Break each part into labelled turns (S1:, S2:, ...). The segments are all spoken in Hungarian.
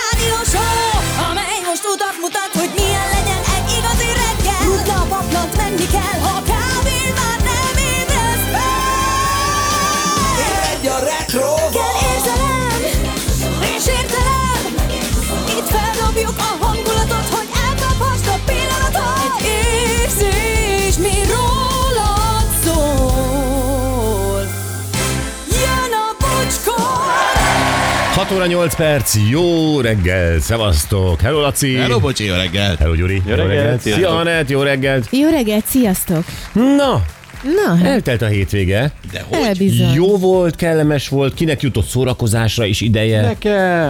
S1: rádió show, amely most utat mutat, hogy milyen legyen egy igazi reggel. Rutna a paplant, menni kell, ha kávén már nem ébresz fel.
S2: Egy a retro
S1: Kell érzelem, és értelem, itt feldobjuk a hangulatot, hogy elkaphast a pillanatot. Egy érzés, mi rólad szól. Jön a bocskor!
S3: 6 óra 8 perc, jó reggel, szevasztok, hello Laci!
S4: Hello, bocsi, jó reggel!
S3: Hello Gyuri! Jó
S5: reggelt,
S3: Szia
S5: sziasztok.
S3: Anett, jó reggelt!
S6: Jó reggelt, sziasztok!
S3: Na,
S6: Na, hát
S3: eltelt a hétvége.
S4: De hogy?
S6: elbizony.
S3: Jó volt, kellemes volt, kinek jutott szórakozásra is ideje.
S5: Nekem!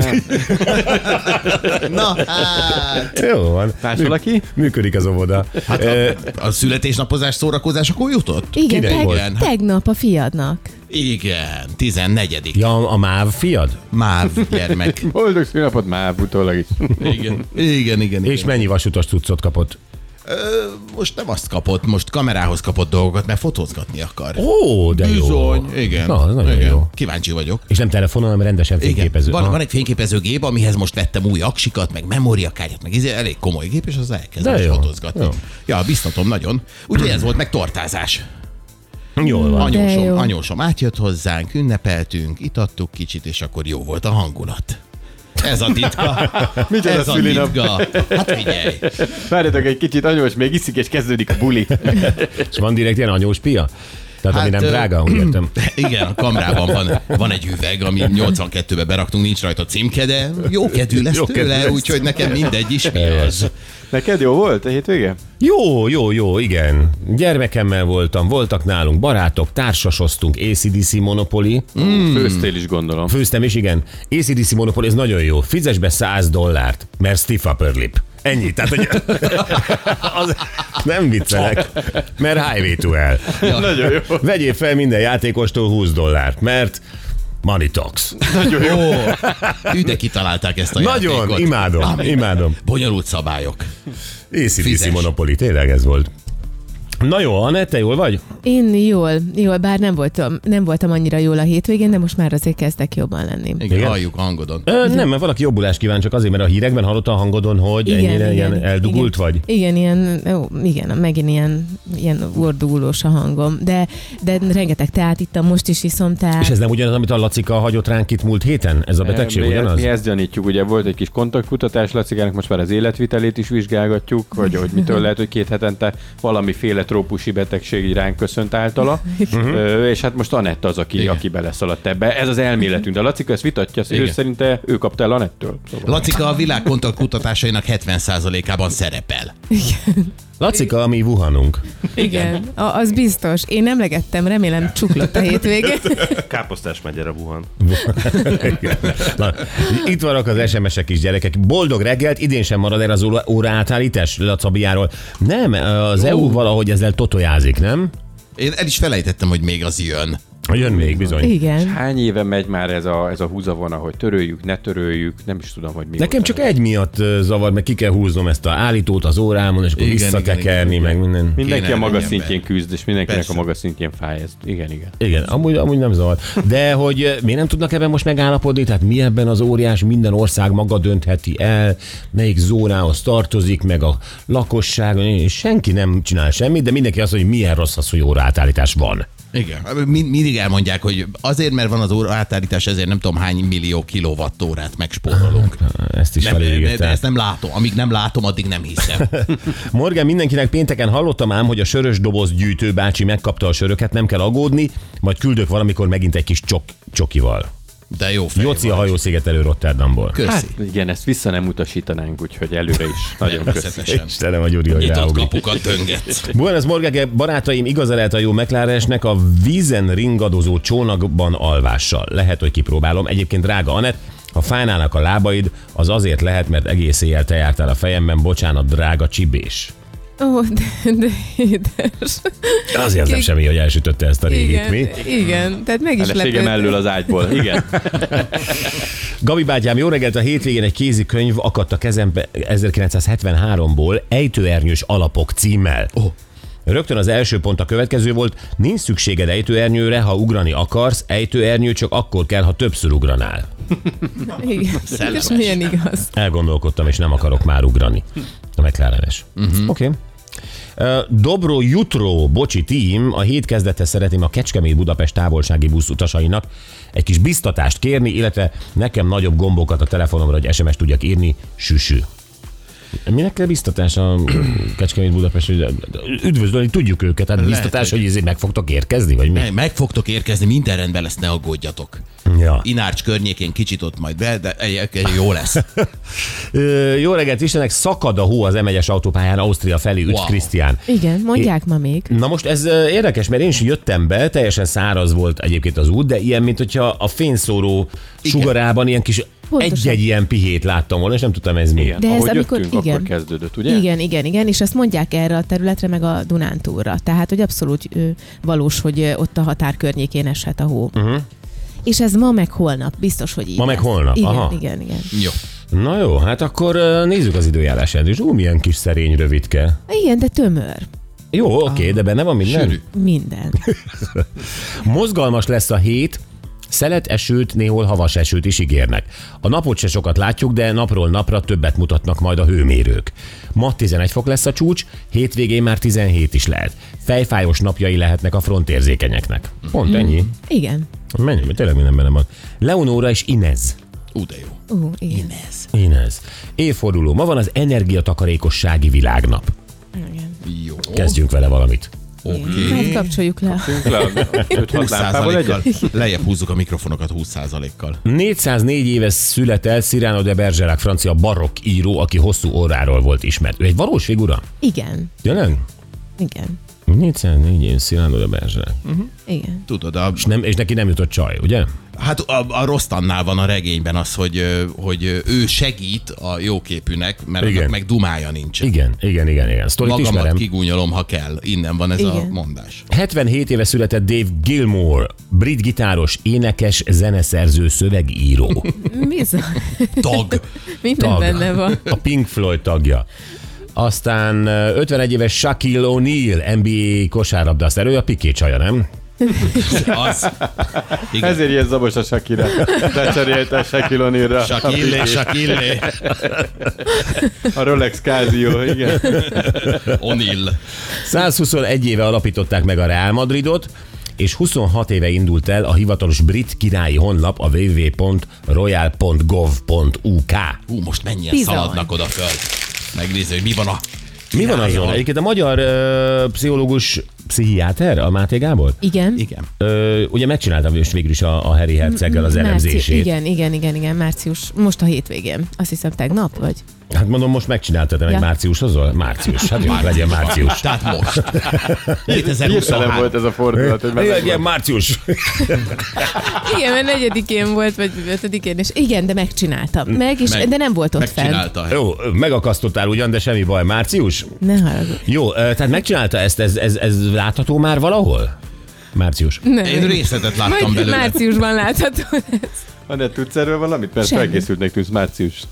S4: Na, hát.
S3: Jó van.
S5: Más valaki?
S3: Működik az óvoda. Hát, e,
S4: A születésnapozás szórakozás akkor jutott?
S6: Igen,
S3: kinek
S6: teg-
S4: volt?
S6: tegnap a fiadnak.
S4: Igen, 14. Ja.
S3: ja, a MÁV fiad?
S4: Máv gyermek.
S5: Boldog szülnapot már utólag is.
S4: Igen, igen, igen.
S3: És mennyi vasutas cuccot kapott?
S4: Ö, most nem azt kapott, most kamerához kapott dolgokat, mert fotózgatni akar.
S3: Ó, de jó.
S4: igen.
S3: Na, az nagyon
S4: igen.
S3: jó.
S4: Kíváncsi vagyok.
S3: És nem telefonon, hanem rendesen
S4: Igen,
S3: fényképező.
S4: van,
S3: Aha.
S4: van egy fényképezőgép, amihez most vettem új aksikat, meg memóriakártyát, meg izé, elég komoly gép, és az elkezdem
S3: De
S4: is
S3: jó,
S4: fotózgatni.
S3: jó.
S4: Ja, biztatom nagyon. Úgyhogy ez volt meg tortázás.
S3: Jól van.
S6: De
S4: Anyósom,
S6: jó.
S4: anyósom átjött hozzánk, ünnepeltünk, itattuk kicsit, és akkor jó volt a hangulat. Ez a titka.
S3: Hát
S5: Micsoda
S4: Ez a
S5: szülinap.
S4: titka. Hát figyelj.
S5: Várjatok egy kicsit, anyós még iszik, és kezdődik a buli.
S3: És van direkt ilyen anyós pia? Tehát hát, ami
S4: Hát,
S3: nem
S4: ö,
S3: drága, úgy értem.
S4: Igen, a kamrában van, van egy üveg, ami 82-be beraktunk, nincs rajta címke, de jó kedvű lesz
S3: Jó
S4: jó
S3: kedvű
S4: tőle,
S3: lesz.
S4: úgyhogy nekem mindegy is mi az.
S5: Neked jó volt a hétvége?
S3: Jó, jó, jó, igen. Gyermekemmel voltam, voltak nálunk barátok, társasoztunk, ACDC Monopoly.
S5: Mm. Főztél is gondolom.
S3: Főztem is, igen. ACDC Monopoly, ez nagyon jó. Fizes be 100 dollárt, mert stiff upper lip. Ennyi, tehát hogy az, nem viccelek, mert highway to hell.
S5: Nagyon jó.
S3: Vegyél fel minden játékostól 20 dollárt, mert money talks.
S4: Ó, üde kitalálták ezt a
S3: Nagyon,
S4: játékot.
S3: imádom, imádom.
S4: Bonyolult szabályok.
S3: ACDC
S4: Fizes.
S3: Monopoly, tényleg ez volt. Na jó, Anett, te jól vagy?
S6: Én jól, jól, bár nem voltam, nem voltam annyira jól a hétvégén, de most már azért kezdek jobban lenni.
S4: Igen,
S3: Igen?
S4: igen. halljuk a hangodon.
S3: Ö, nem, mert valaki jobbulást kíván csak azért, mert a hírekben hallotta a hangodon, hogy igen, ennyire igen, ilyen eldugult
S6: igen.
S3: vagy.
S6: Igen, ilyen, ó, igen, megint ilyen, ilyen ordulós a hangom, de, de rengeteg teát ittam, most is iszom teát.
S3: És ez nem ugyanaz, amit a Lacika hagyott ránk itt múlt héten? Ez a betegség
S5: mi,
S3: ugyanaz?
S5: Mi ezt gyanítjuk, ugye volt egy kis kontaktkutatás Lacikának, most már az életvitelét is vizsgálgatjuk, hogy, hogy mitől lehet, hogy két hetente valamiféle trópusi betegség így ránk köszönt általa, Ö, és hát most Anett az, aki,
S4: Mhm. Igen.
S5: aki beleszaladt ebbe. Ez az elméletünk, de a Lacika ezt vitatja, hogy ő
S4: Igen.
S5: szerinte ő kapta el Anettől.
S4: Lacika a világ kontaktkutatásainak 70%-ában szerepel.
S3: Lacika, mi vuhanunk.
S6: igen. A, az biztos. Én emlegettem, remélem csuklott a hétvégén.
S7: Káposztás megyere buhan.
S3: Na, itt vannak az SMS-ek is, gyerekek. Boldog reggelt, idén sem marad el az óra- óra átállítás Lacabiáról. Nem, az EU valahogy ezzel totojázik, nem?
S4: Én el is felejtettem, hogy még az jön.
S3: Jön még bizony.
S6: igen.
S5: Hány éve megy már ez a, ez a húzavona, hogy töröljük, ne töröljük, nem is tudom, hogy mi
S3: Nekem
S5: volt
S3: csak egy miatt ö, zavar, mert ki kell húznom ezt a állítót az órámon, és akkor
S4: Igen,
S3: visszatekerni,
S4: igen,
S3: meg minden.
S5: Mindenki
S4: Kéne
S5: a maga
S4: legyen
S5: szintjén
S4: be.
S5: küzd, és mindenkinek
S4: Persze.
S5: a maga szintjén fáj ez. Igen, igen.
S3: Igen, amúgy, amúgy nem zavar. De hogy ö, miért nem tudnak ebben most megállapodni? Tehát mi ebben az óriás, minden ország maga döntheti el, melyik zónához tartozik, meg a lakosság, és senki nem csinál semmit, de mindenki azt mondja, hogy milyen rossz az, hogy óraátállítás van.
S4: Igen. Mind, Hát, mindig elmondják, hogy azért, mert van az óra átállítás, ezért nem tudom hány millió kilovattórát megspórolunk.
S3: Ezt is
S4: Nem, de, de
S3: felírták.
S4: ezt nem látom. Amíg nem látom, addig nem hiszem.
S3: Morgan, mindenkinek pénteken hallottam ám, hogy a sörös doboz gyűjtő bácsi megkapta a söröket, nem kell aggódni, majd küldök valamikor megint egy kis csok, csokival.
S4: De jó fej
S3: Joci a
S4: vagy.
S3: hajószigetelő Rotterdamból.
S4: Köszi. Hát,
S5: Hát igen, ezt vissza nem utasítanánk, úgyhogy előre is. Nagyon köszönöm.
S4: Természetesen.
S3: Istenem a Gyuri, hogy
S4: Nyitott
S3: ráugrik.
S4: kapukat dönget.
S3: Buenos Morgage, barátaim, igaza lehet a jó McLaresnek a vízen ringadozó csónakban alvással. Lehet, hogy kipróbálom. Egyébként drága Anett, ha fájnának a lábaid, az azért lehet, mert egész éjjel te jártál a fejemben, bocsánat, drága csibés.
S6: Ó, de, de édes.
S3: Azért nem
S6: Ki-
S3: semmi, hogy elsütötte ezt a régit,
S6: Igen,
S3: mi?
S6: igen, tehát meg is
S5: Feleségem
S6: lepődtem.
S5: elől az ágyból, igen.
S3: Gabi bátyám, jó reggelt! A hétvégén egy kézikönyv akadt a kezembe 1973-ból Ejtőernyős alapok címmel. Oh. Rögtön az első pont a következő volt, nincs szükséged ejtőernyőre, ha ugrani akarsz, ejtőernyő csak akkor kell, ha többször ugranál.
S6: Igen.
S4: Szellemes.
S6: És milyen igaz.
S3: Elgondolkodtam, és nem akarok már ugrani. A McLaren-es.
S4: Mhm.
S3: Uh-huh. Oké. Okay. Dobro Jutro Bocsi Team a hét kezdete szeretném a Kecskemét Budapest távolsági busz utasainak egy kis biztatást kérni, illetve nekem nagyobb gombokat a telefonomra, hogy SMS tudjak írni, süsű. Minek kell biztatás a Kecskemét Budapest? Üdvözölni tudjuk őket, hát biztatás,
S4: Lehet, hogy-
S3: hogy ezért meg fogtok érkezni, vagy mi?
S4: Ne, Meg fogtok érkezni, minden rendben lesz, ne aggódjatok.
S3: Ja.
S4: Inárcs környékén kicsit ott majd be, de egy- egy- jó lesz.
S3: Ö, jó reggelt, Istenek, szakad a hó az M1-es autópályán Ausztria felé, üt
S4: Wow.
S3: Krisztián.
S6: Igen, mondják ma még.
S3: Na most ez ö, érdekes, mert én is jöttem be, teljesen száraz volt egyébként az út, de ilyen, mint hogyha a fényszóró
S4: Igen.
S3: sugarában ilyen kis
S6: Pontosan.
S3: egy-egy ilyen pihét láttam volna, és nem tudtam ez mi.
S5: Igen,
S6: De
S5: ahogy
S6: ez amikor-
S5: jöttünk, akkor
S6: igen.
S5: kezdődött, ugye?
S6: Igen. igen, igen, igen, és ezt mondják erre a területre, meg a Dunántúlra. Tehát, hogy abszolút ö, valós, hogy ö, ott a határ környékén eshet a hó. Uh-huh. És ez ma meg holnap, biztos, hogy így
S3: Mhm. Ma
S6: lesz.
S3: meg holnap,
S6: Igen,
S3: aha.
S6: igen, igen.
S4: Jó.
S3: Na jó, hát akkor ö, nézzük az időjárás és Ú, milyen kis szerény, rövidke.
S6: Igen, de tömör.
S3: Jó, oké, okay, de benne van minden.
S4: Ah. Sűrű.
S6: Minden.
S3: Mozgalmas lesz a hét, Szelet esőt, néhol havas esőt is ígérnek. A napot se sokat látjuk, de napról napra többet mutatnak majd a hőmérők. Ma 11 fok lesz a csúcs, hétvégén már 17 is lehet. Fejfájós napjai lehetnek a frontérzékenyeknek. Pont ennyi.
S6: Igen.
S3: Menj, mert tényleg minden benne van. Leonóra és Inez.
S4: Ú, de jó.
S6: Ú, igen.
S3: Inez. Évforduló. Ma van az energiatakarékossági világnap.
S6: igen.
S4: Jó.
S3: Kezdjünk vele valamit.
S4: Oké.
S6: Hát kapcsoljuk le.
S5: Le a 5-6 lámpával egyet.
S4: 20%-kal. Lejjebb húzzuk a mikrofonokat 20%-kal.
S3: 404 éves született Cyrano de Bergerac, francia barokk író, aki hosszú orráról volt ismert. Ő egy valós figura?
S6: Igen.
S3: Tényleg?
S6: Igen.
S3: 404 év Cyrano de Bergerac.
S6: Igen.
S4: Tudod, a,
S3: És, nem, és neki nem jutott csaj, ugye?
S4: hát a, a Rostannál van a regényben az, hogy, ö, hogy ö, ő segít a jóképűnek, mert
S3: Igen.
S4: annak meg dumája nincs.
S3: Igen, igen, igen, igen. Sztorit
S4: Magamat
S3: ismerem.
S4: kigúnyolom, ha kell. Innen van ez a
S6: Igen.
S4: mondás.
S3: 77 éve született Dave Gilmore, brit gitáros, énekes, zeneszerző, szövegíró.
S6: Bizony.
S4: Tag.
S6: Minden
S3: Tag.
S6: benne van.
S3: A Pink Floyd tagja. Aztán ö, 51 éves Shaquille O'Neal, NBA kosárlabdasztár, ő a Piqué csaja, nem?
S4: Az. Igen.
S5: Ezért ilyen zabos a Sakira. Lecserélte a Sakilonira.
S4: Sakillé, Sakillé,
S5: A Rolex Casio, igen.
S4: Onil.
S3: 121 éve alapították meg a Real Madridot, és 26 éve indult el a hivatalos brit királyi honlap a www.royal.gov.uk.
S4: Hú, most mennyien
S6: Bizony.
S4: szaladnak oda föl. Megnézzük, hogy mi van a
S3: Mi van
S4: királyon.
S3: azon? Egyébként a magyar ö, pszichológus pszichiáter, a Máté Gábor?
S6: Igen.
S4: Igen.
S3: Ö, ugye megcsináltam most végül is a, a Harry Herceggel az
S6: Márci-
S3: elemzését.
S6: Igen, igen, igen, igen, március. Most a hétvégén. Azt hiszem tegnap, vagy?
S3: Hát mondom, most megcsináltad, meg
S6: Ja.
S3: márciushozol? Március, hát jó, legyen március.
S4: Tehát most.
S5: Hirtelen
S4: 2023.
S5: volt ez a fordulat, hogy
S3: Igen,
S5: meleg
S3: igen,
S5: van.
S3: március.
S6: Igen, mert negyedikén volt, vagy ötödikén, és igen, de megcsináltam. Mm, Meg, és,
S4: Meg-
S6: de nem volt ott fent.
S4: Megcsinálta.
S3: Jó, megakasztottál ugyan, de semmi baj, március.
S6: Ne haragudj.
S3: Jó, ö, tehát megcsinálta ezt, ez, ez, ez látható már valahol? Március.
S6: Nem.
S4: Én részletet láttam
S6: Majd
S4: belőle.
S6: márciusban látható lesz.
S5: Annett tudsz erről valamit? Mert
S6: Semmi.
S5: felkészültnek tűnsz március.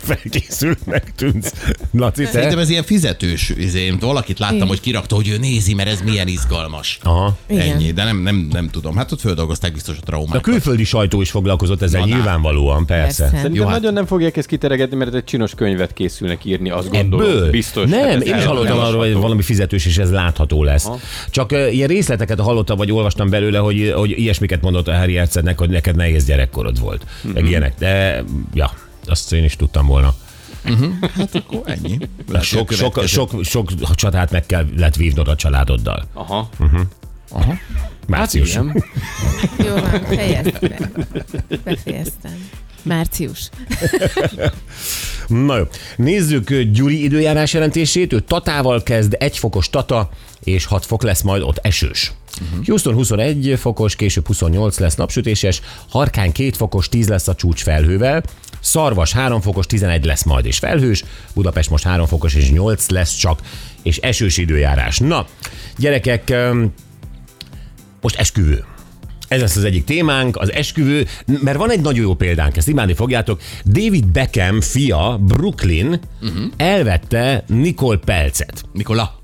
S3: Felkészültnek tűnsz. Laci,
S4: Szerintem
S3: te?
S4: ez ilyen fizetős. izé, Én valakit láttam,
S6: Igen.
S4: hogy kirakta, hogy ő nézi, mert ez milyen izgalmas.
S3: Aha.
S6: Igen.
S4: Ennyi, de nem, nem, nem tudom. Hát ott földolgozták biztos a
S3: A
S4: traumát.
S3: külföldi sajtó is foglalkozott ezzel
S4: Na, na.
S3: nyilvánvalóan, persze.
S6: Persze.
S5: Szerintem
S4: Jó, hát-
S5: nagyon nem fogják ezt kiteregetni, mert egy csinos könyvet készülnek írni, azt gondolom.
S3: Ebből?
S5: Biztos. hát
S3: nem,
S5: ez
S3: én is
S5: el-
S3: hallottam arról, hogy valami fizetős, és ez látható lesz. Ha? Csak uh, ilyen részleteket hallottam, vagy olvastam belőle, hogy, hogy ilyesmiket mondott a Harry Hercegnek, hogy neked nehéz gyerekkorod volt. Mm-hmm. Meg ilyenek. De, ja, azt én is tudtam volna.
S4: Hát akkor ennyi.
S3: Meg
S4: Lehet,
S3: Sok,
S4: hogy a
S3: sok,
S4: következő-
S3: sok, sok csatát meg kellett vívnod a családoddal.
S5: Aha.
S3: Hm.
S4: Aha.
S3: Március.
S5: Hát Igen.
S6: Jó van, fejezd be. Befejeztem. Március.
S3: Na jó. Nézzük ö, Gyuri időjárás jelentését. Ő Tatával kezd, egy fokos Tata, és 6 fok lesz majd ott esős. Uh-huh. Houston 21 fokos, később 28 lesz napsütéses, Harkány 2 fokos, 10 lesz a csúcs felhővel, Szarvas 3 fokos, 11 lesz majd és felhős, Budapest most 3 fokos és 8 lesz csak, és esős időjárás. Na, gyerekek, öm, most esküvő. Ez lesz az egyik témánk, az esküvő, mert van egy nagyon jó példánk, ezt imádni fogjátok. David Beckham
S4: Mhm.
S3: fia, Brooklyn, uh-huh. elvette Nicole Pelcet.
S4: Nikola.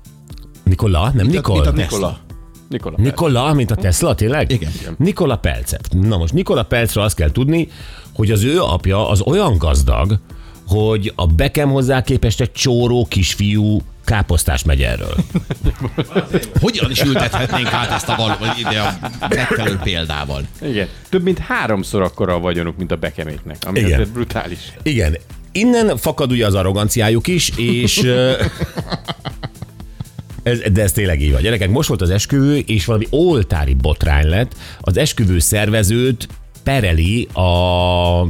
S3: Nikola? Nem Nikol?
S4: Mint a
S3: Ne.
S4: Nikola.
S5: Nikola.
S3: Nikola, mint a Tesla, tényleg?
S4: Igen.
S3: Nikola Pelcet. Na most Nikola Pelcről azt kell tudni, hogy az ő apja az olyan gazdag, hogy a Beckham hozzá képest egy csóró kisfiú káposztás megy erről.
S4: Hogyan is ültethetnénk át ezt a való, ide a megfelelő példával?
S5: Igen. Több mint háromszor akkora a vagyonuk, mint a bekeméknek. Ami
S3: Igen.
S5: azért brutális.
S3: Igen. Innen fakad ugye az arroganciájuk is, és... ö, Ez, de ez tényleg így van. Gyerekek, most volt az esküvő, és valami oltári botrány lett. Az esküvő szervezőt pereli a, a,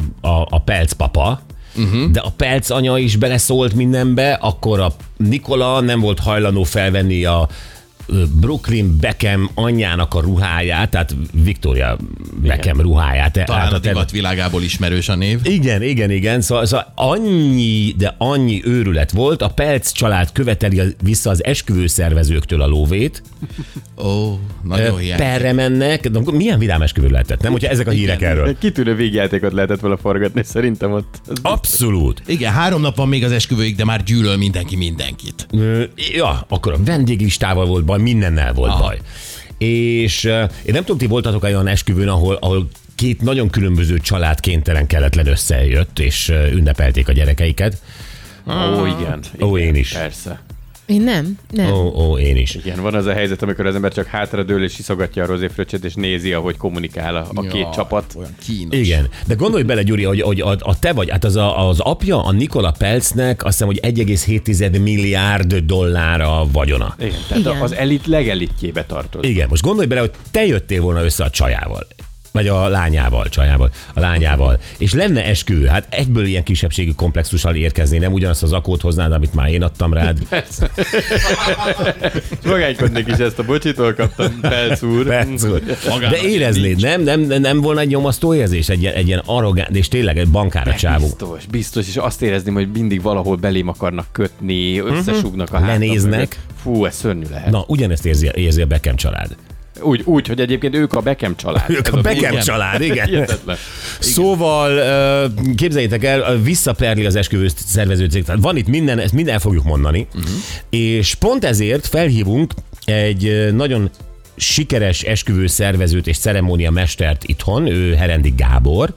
S3: a Pelc papa,
S4: Mhm.
S3: Uh-huh. De a Pelc anya is beleszólt mindenbe, akkor a Nikola nem volt hajlandó felvenni a ö, Brooklyn Beckham anyjának a ruháját, tehát Victoria Beckham ruháját.
S4: Talán
S3: Tehát
S4: a
S3: te-
S4: divatvilágából ismerős a név.
S3: igen, igen, igen. Szóval, szóval annyi, de annyi őrület volt. A Pelc család követeli a- vissza az esküvőszervezőktől a lóvét.
S4: Ó, nagyon hiány.
S3: Perre mennek. De akkor milyen vidám esküvő lehetett, nem? Hogyha ezek a hírek erről.
S5: Egy kitűnő végjátékot lehetett vele forgatni, szerintem ott. Az
S3: Abszolút.
S4: Igen, három nap van még az esküvőig, de már gyűlöl mindenki mindenkit.
S3: Ö, Ja, akkor a vendéglistával volt baj, mindennel volt Aha. baj. És ö, én nem tudom, ti voltatok-e olyan esküvőn, ahol, ahol két nagyon különböző család kénytelen keletlen összejött, és ö, ünnepelték a gyerekeiket.
S5: Ó, igen.
S3: Ó,
S5: igen,
S3: én is.
S5: Persze.
S6: Én nem, nem.
S3: Ó, ó, én is.
S5: Igen, van az a helyzet, amikor az ember csak hátradől és iszogatja a rozéfröccset, és nézi, ahogy kommunikál a, a két
S4: Jaj,
S5: csapat.
S4: Olyan kínos.
S3: Igen, de gondolj bele, Gyuri, hogy, hogy a, a te vagy, hát az, a, az apja a Nikola Pelcnek azt hiszem, hogy 1,7 milliárd dollár a vagyona.
S5: Igen, tehát
S6: Igen.
S5: igen. az elit legelitjébe tartozik.
S3: Igen, most gondolj bele, hogy te jöttél volna össze a csajával. Vagy a lányával, csajával, a lányával. És lenne esküvő, hát egyből ilyen kisebbségi komplexussal érkezné, nem ugyanazt az akót hoznád, amit már én adtam rád.
S5: Persze. Magánykodnék is ezt a bocsitól kaptam, Pelc úr.
S3: Perc úr.
S4: Magának
S3: De éreznéd, nem? nem? nem? Nem volna egy nyomasztó érzés? Egy, ilyen- egy ilyen arrogáns, és tényleg egy bankára csávó.
S5: Biztos, biztos, és azt érezném, hogy mindig valahol belém akarnak kötni, összesúgnak a hátam
S3: Mhm. Lenéznek.
S5: mögött. Fú, ez szörnyű lehet.
S3: Na, ugyanezt érzi, érzi a Beckham család.
S5: Úgy, úgy, hogy egyébként ők a Beckham család.
S3: Ők
S5: Ez
S3: a Beckham
S4: igen.
S3: család, igen.
S5: Hihetetlen.
S3: Szóval ö, képzeljétek el, ö, visszaperli az esküvő szervező cég. Tehát van itt minden, ezt mind el fogjuk mondani. Uh-huh. És pont ezért felhívunk egy ö, nagyon sikeres esküvő szervezőt és ceremónia mestert itthon, ő Herendi Gábor,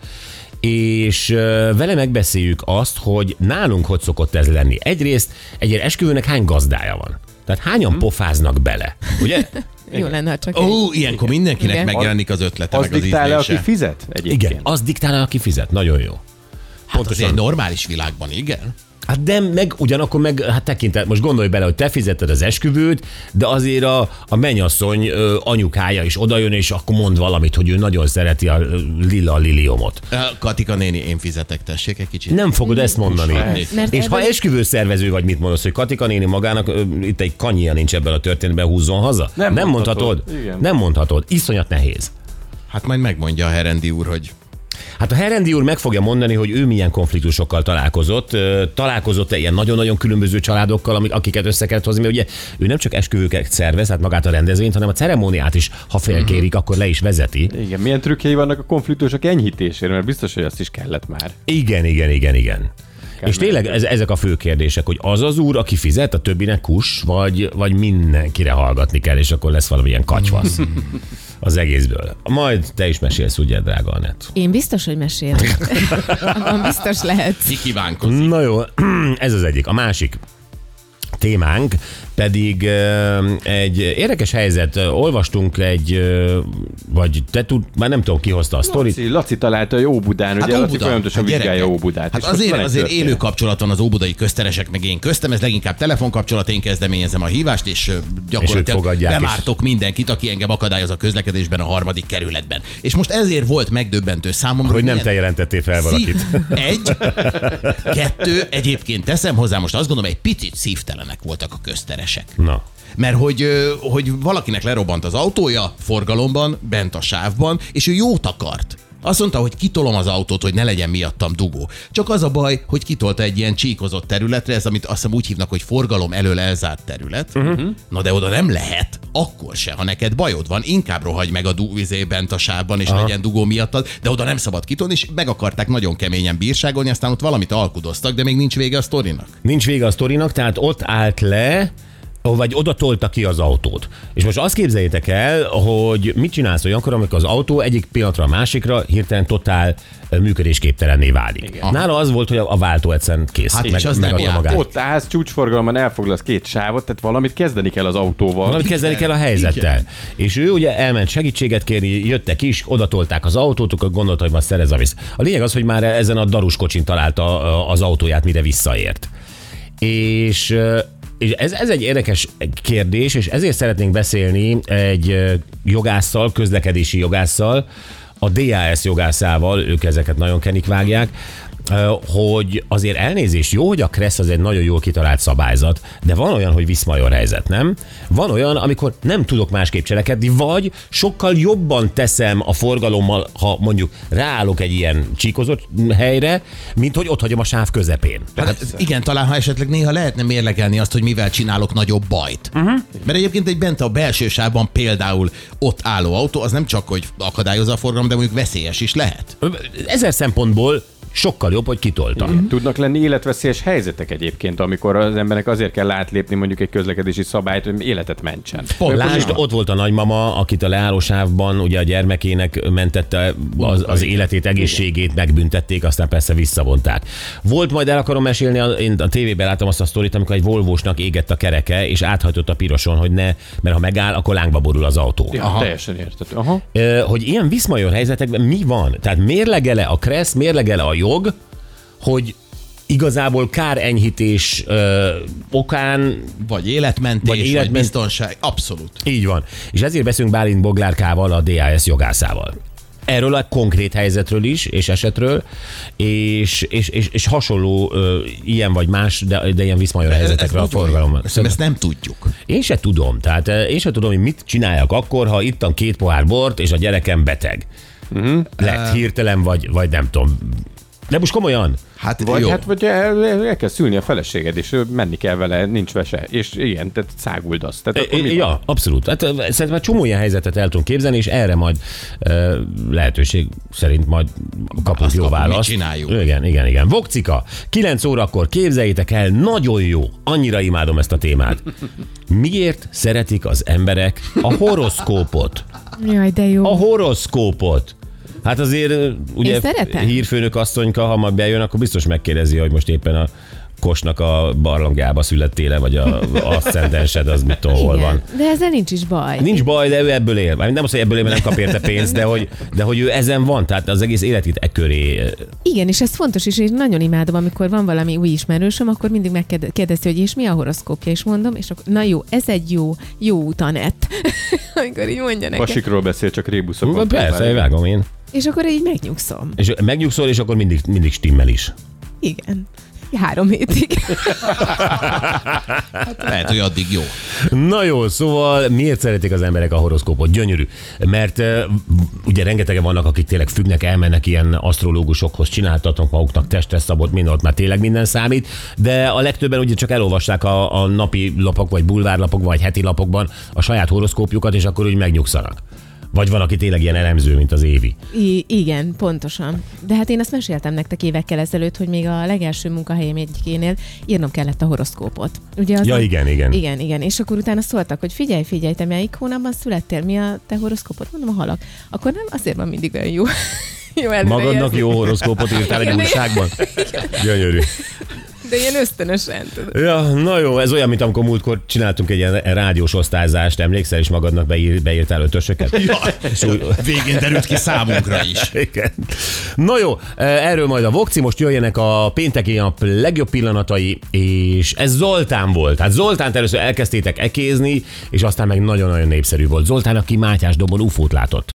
S3: és ö, vele megbeszéljük azt, hogy nálunk hogy szokott ez lenni. Egyrészt egy ilyen esküvőnek hány gazdája van? Tehát hányan pofáznak bele, ugye?
S6: Jó lenne, ha csak egy.
S4: Ó, ilyenkor mindenkinek
S6: Igen.
S4: megjelenik az ötlete,
S5: Az
S4: meg az
S5: diktál aki
S4: ízlése.
S5: fizet egyébként.
S3: Igen, az diktálja, aki fizet. Nagyon jó.
S4: Hát azért egy normális világban, igen.
S3: Hát de meg ugyanakkor meg, hát tekintet, most gondolj bele, hogy te fizeted az esküvőt, de azért a, a menyasszony ö, anyukája is odajön, és akkor mond valamit, hogy ő nagyon szereti a ö, lila liliomot.
S4: Ö, Katika néni, én fizetek, tessék egy kicsit.
S3: Nem fogod ezt mondani.
S6: Mert
S3: És ha
S6: ebben-
S3: esküvő szervező vagy, mit mondasz, hogy Katika néni magának ö, itt egy kanyia nincs ebben a történetben, húzzon haza?
S5: Nem
S3: nem
S5: mondhatod.
S3: mondhatod.
S5: Igen.
S3: Nem mondhatod. Iszonyat nehéz.
S4: Hát majd megmondja a Herendi úr, hogy
S3: Hát a Herendi úr meg fogja mondani, hogy ő milyen konfliktusokkal találkozott. Ö, Találkozott-e ilyen nagyon-nagyon különböző családokkal, amik- akiket össze kellett hozni, mert ugye ő nem csak esküvőket szervez, hát magát a rendezvényt, hanem a ceremóniát is, ha félkérik, akkor le is vezeti.
S5: Igen, milyen trükkjei vannak a konfliktusok enyhítésére, mert biztos, hogy azt is kellett már.
S3: Igen, igen, igen, igen. És tényleg ez, ezek a fő kérdések, hogy az az úr, aki fizet, a többinek kus, vagy, vagy mindenkire hallgatni kell, és akkor lesz valamilyen katyvasz az egészből. Majd te is mesélsz, ugye, drága Anett.
S6: Én biztos, hogy mesélek. Abban biztos lehetsz.
S4: ki kívánkozik.
S3: Na jó, ez az egyik. A másik témánk pedig ö, egy érdekes helyzet. Ö, Olvastunk egy, ö, vagy te tud, már nem tudom, ki hozta a sztorit.
S5: Laci, Laci találta, hogy
S3: Hát
S5: Óbudán, ugye Laci folyamatosan vizsgálja
S4: gyerekek.
S5: Óbudát.
S4: Hát
S5: és most
S4: azért,
S5: van egy
S4: azért
S5: történet.
S4: élő kapcsolat van az óbudai közteresek, meg én köztem, ez leginkább telefonkapcsolat, én kezdeményezem a hívást, és ö,
S3: ők
S4: gyakorlatilag
S3: fogadják is.
S4: bemártok mindenkit, aki engem akadályoz a közlekedésben a harmadik kerületben. És most ezért volt megdöbbentő számomra,
S3: Hogy nem
S4: milyen-
S3: te jelentettél fel valakit.
S4: Szív- Egy, kettő, egyébként teszem hozzá, most azt gondolom, egy picit szívtelenek voltak a közteresek.
S3: Na.
S4: Mert hogy, ö, hogy valakinek lerobbant az autója forgalomban, bent a sávban, és ő jót akart. Azt mondta, hogy kitolom az autót, hogy ne legyen miattam dugó. Csak az a baj, hogy kitolta egy ilyen csíkozott területre, ez amit azt hiszem úgy hívnak, hogy forgalom elől elzárt terület. Uh-huh. Na de oda nem lehet, akkor se, ha neked bajod van, inkább rohagy meg a dugvizé bent a sávban, és Aha. legyen dugó miattad, de oda nem szabad kitolni, és meg akarták nagyon keményen bírságolni, aztán ott valamit alkudoztak, de még nincs vége a sztorinak.
S3: Nincs vége a sztorinak, tehát ott állt le, vagy oda tolta ki az autót. És most azt képzeljétek el, hogy mit csinálsz olyankor, amikor az autó egyik pillanatra a másikra hirtelen totál ö, működésképtelenné válik. Igen. Nála az volt, hogy a a váltó egyszerűen kész.
S4: Hát és az nem
S3: megadta
S4: járt.
S5: Ott állsz, csúcsforgalomban elfoglalsz két sávot, tehát valamit kezdeni kell az autóval.
S3: Valamit kezdeni kell a helyzettel. Szóval Igen. És ő ugye elment segítséget kérni, jöttek is, odatolták az autót, akkor gondolta, hogy ma szerez a visz. A lényeg az, hogy már ezen a darus kocsin találta ö, az autóját, mire visszaért. És, ö, és ez, ez egy érdekes kérdés, és ezért szeretnénk beszélni egy ö, jogásszal, közlekedési jogásszal, a DAS jogászával, ők ezeket nagyon kenik vágják, ö, hogy azért elnézés, jó, hogy a Kressz az egy nagyon jól kitalált szabályzat, de van olyan, hogy viszmajor helyzet, nem? Van olyan, amikor nem tudok másképp cselekedni, vagy sokkal jobban teszem a forgalommal, ha mondjuk ráállok egy ilyen csíkozott helyre, mint hogy ott hagyom a sáv közepén.
S4: Hát igen, talán ha esetleg néha lehetne mérlegelni azt, hogy mivel csinálok nagyobb bajt.
S5: Mhm.
S4: Uh-huh. Mert egyébként egy bent a belső sávban például ott álló autó, az nem csak, hogy akadályozza a forgalom, de mondjuk veszélyes is lehet.
S3: Ezer szempontból sokkal jobb, hogy kitoltam.
S5: Igen. Tudnak lenni életveszélyes helyzetek egyébként, amikor az embernek azért kell átlépni mondjuk egy közlekedési szabályt, hogy életet mentsen.
S4: Pont.
S3: Lásd, ott volt a nagymama, akit a leállósávban ugye a gyermekének mentette az, az életét, egészségét, megbüntették, aztán persze visszavonták. Volt majd el akarom mesélni, a- én a tévében láttam azt a sztorit, amikor egy volvósnak égett a kereke, és áthajtott a piroson, hogy ne, mert ha megáll, akkor lángba borul az autó.
S5: Ja, teljesen értető. Aha.
S3: Ö, Hogy ilyen viszmajor helyzetekben mi van? Tehát mérlegele a kressz, mérlegele a jog, hogy igazából kárenyhítés ö, okán
S4: Vagy életmentés,
S3: Vagy
S4: vagy, életment...
S3: életment-
S4: vagy biztonság. Abszolút.
S3: Így van. És ezért beszélünk Bálint Boglárkával, a DAS jogászával. Erről a konkrét helyzetről is, és esetről, és, és, és, és hasonló ö, ilyen vagy más, de, de ilyen viszmajor helyzetekre a
S4: úgy van.
S3: forgalomban.
S4: Szerintem Ezt nem tudjuk.
S3: Én se tudom, tehát ö, én se tudom, hogy mit csináljak akkor, ha ittam két pohár bort, és a gyerekem beteg. Uh-huh. Lett hirtelen, vagy, vagy nem tudom. De most komolyan,
S4: Hát
S5: Vagy
S4: jó.
S5: hát vagy el, el, kell szülni a feleséged, és ö, menni kell vele, nincs vese. És igen, tehát száguldasz. Tehát
S3: É,
S5: akkor mi van?
S3: ja, abszolút. Hát ö, szerintem már csomó ilyen helyzetet el tudunk képzelni, és erre majd ö, lehetőség szerint majd kapunk
S4: Azt
S3: jó
S4: kapunk, mit
S3: választ.
S4: csináljuk?
S3: Igen, igen, igen. Vokcika, 9 órakor képzeljétek el, nagyon jó, annyira imádom ezt a témát. Miért szeretik az emberek a horoszkópot?
S6: Jaj, de jó.
S3: A horoszkópot! Hát azért ö, ugye
S6: Én szeretem.
S3: hírfőnök asszonyka, ha ma bejön, akkor biztos megkérdezi, hogy most éppen a kosnak a barlangába születtél vagy a asszendensed, az mit tudom, hol van.
S6: Igen, de ezzel nincs is baj.
S3: Nincs baj, de ő ebből él. Mármint Nem azt, hogy ebből él, mert nem kap érte pénzt, de hogy, de hogy ő ezen van, tehát az egész életét e köré.
S6: Igen, és ez fontos, és én nagyon imádom, amikor van valami új ismerősöm, akkor mindig megkérdezi, hogy és mi a horoszkópja, és mondom, és akkor, na jó, ez egy jó, jó utanet, amikor így mondja nekem.
S5: Pasikról beszél, csak rébuszokon.
S3: Persze, vágom én.
S6: És akkor így megnyugszom.
S3: És megnyugszol, és akkor mindig, mindig stimmel is.
S6: Igen. Három hétig.
S4: Lehet, hogy addig jó.
S3: Na jó, szóval miért szeretik az emberek a horoszkópot? Gyönyörű. Mert eh, ugye rengetegen vannak, akik tényleg függnek, elmennek ilyen asztrológusokhoz, csináltatnak maguknak testre szabott, minden ott már tényleg minden számít, de a legtöbben ugye csak elolvassák a, a napi lapok, vagy bulvárlapok, vagy heti lapokban a saját horoszkópjukat, és akkor úgy megnyugszanak. Vagy van, aki tényleg ilyen elemző, mint az Évi.
S6: I- igen, pontosan. De hát én azt meséltem nektek évekkel ezelőtt, hogy még a legelső munkahelyem egyikénél írnom kellett a horoszkópot. Ugye az
S3: Ja, igen, igen.
S6: Igen, igen. És akkor utána szóltak, hogy figyelj, figyelj, te melyik hónapban születtél, mi a te horoszkópod? Mondom, a halak. Akkor nem, azért van mindig olyan jó. jó előre
S3: Magadnak
S6: jelzni.
S3: jó horoszkópot írtál egy
S6: Igen,
S3: újságban? Gyönyörű.
S6: De ilyen ösztönösen, tudod.
S3: Ja, na jó, ez olyan, mint amikor múltkor csináltunk egy ilyen rádiós osztályzást, emlékszel, és magadnak beír, beírtál ötösöket?
S4: Ja, végén derült ki számunkra is.
S3: Igen. Na jó, eh, erről majd a Vokci, most jöjjenek a pénteki nap legjobb pillanatai, és ez Zoltán volt. Hát Zoltánt először elkezdtétek ekézni, és aztán meg nagyon-nagyon népszerű volt. Zoltán, aki Mátyás Dobon ufót látott.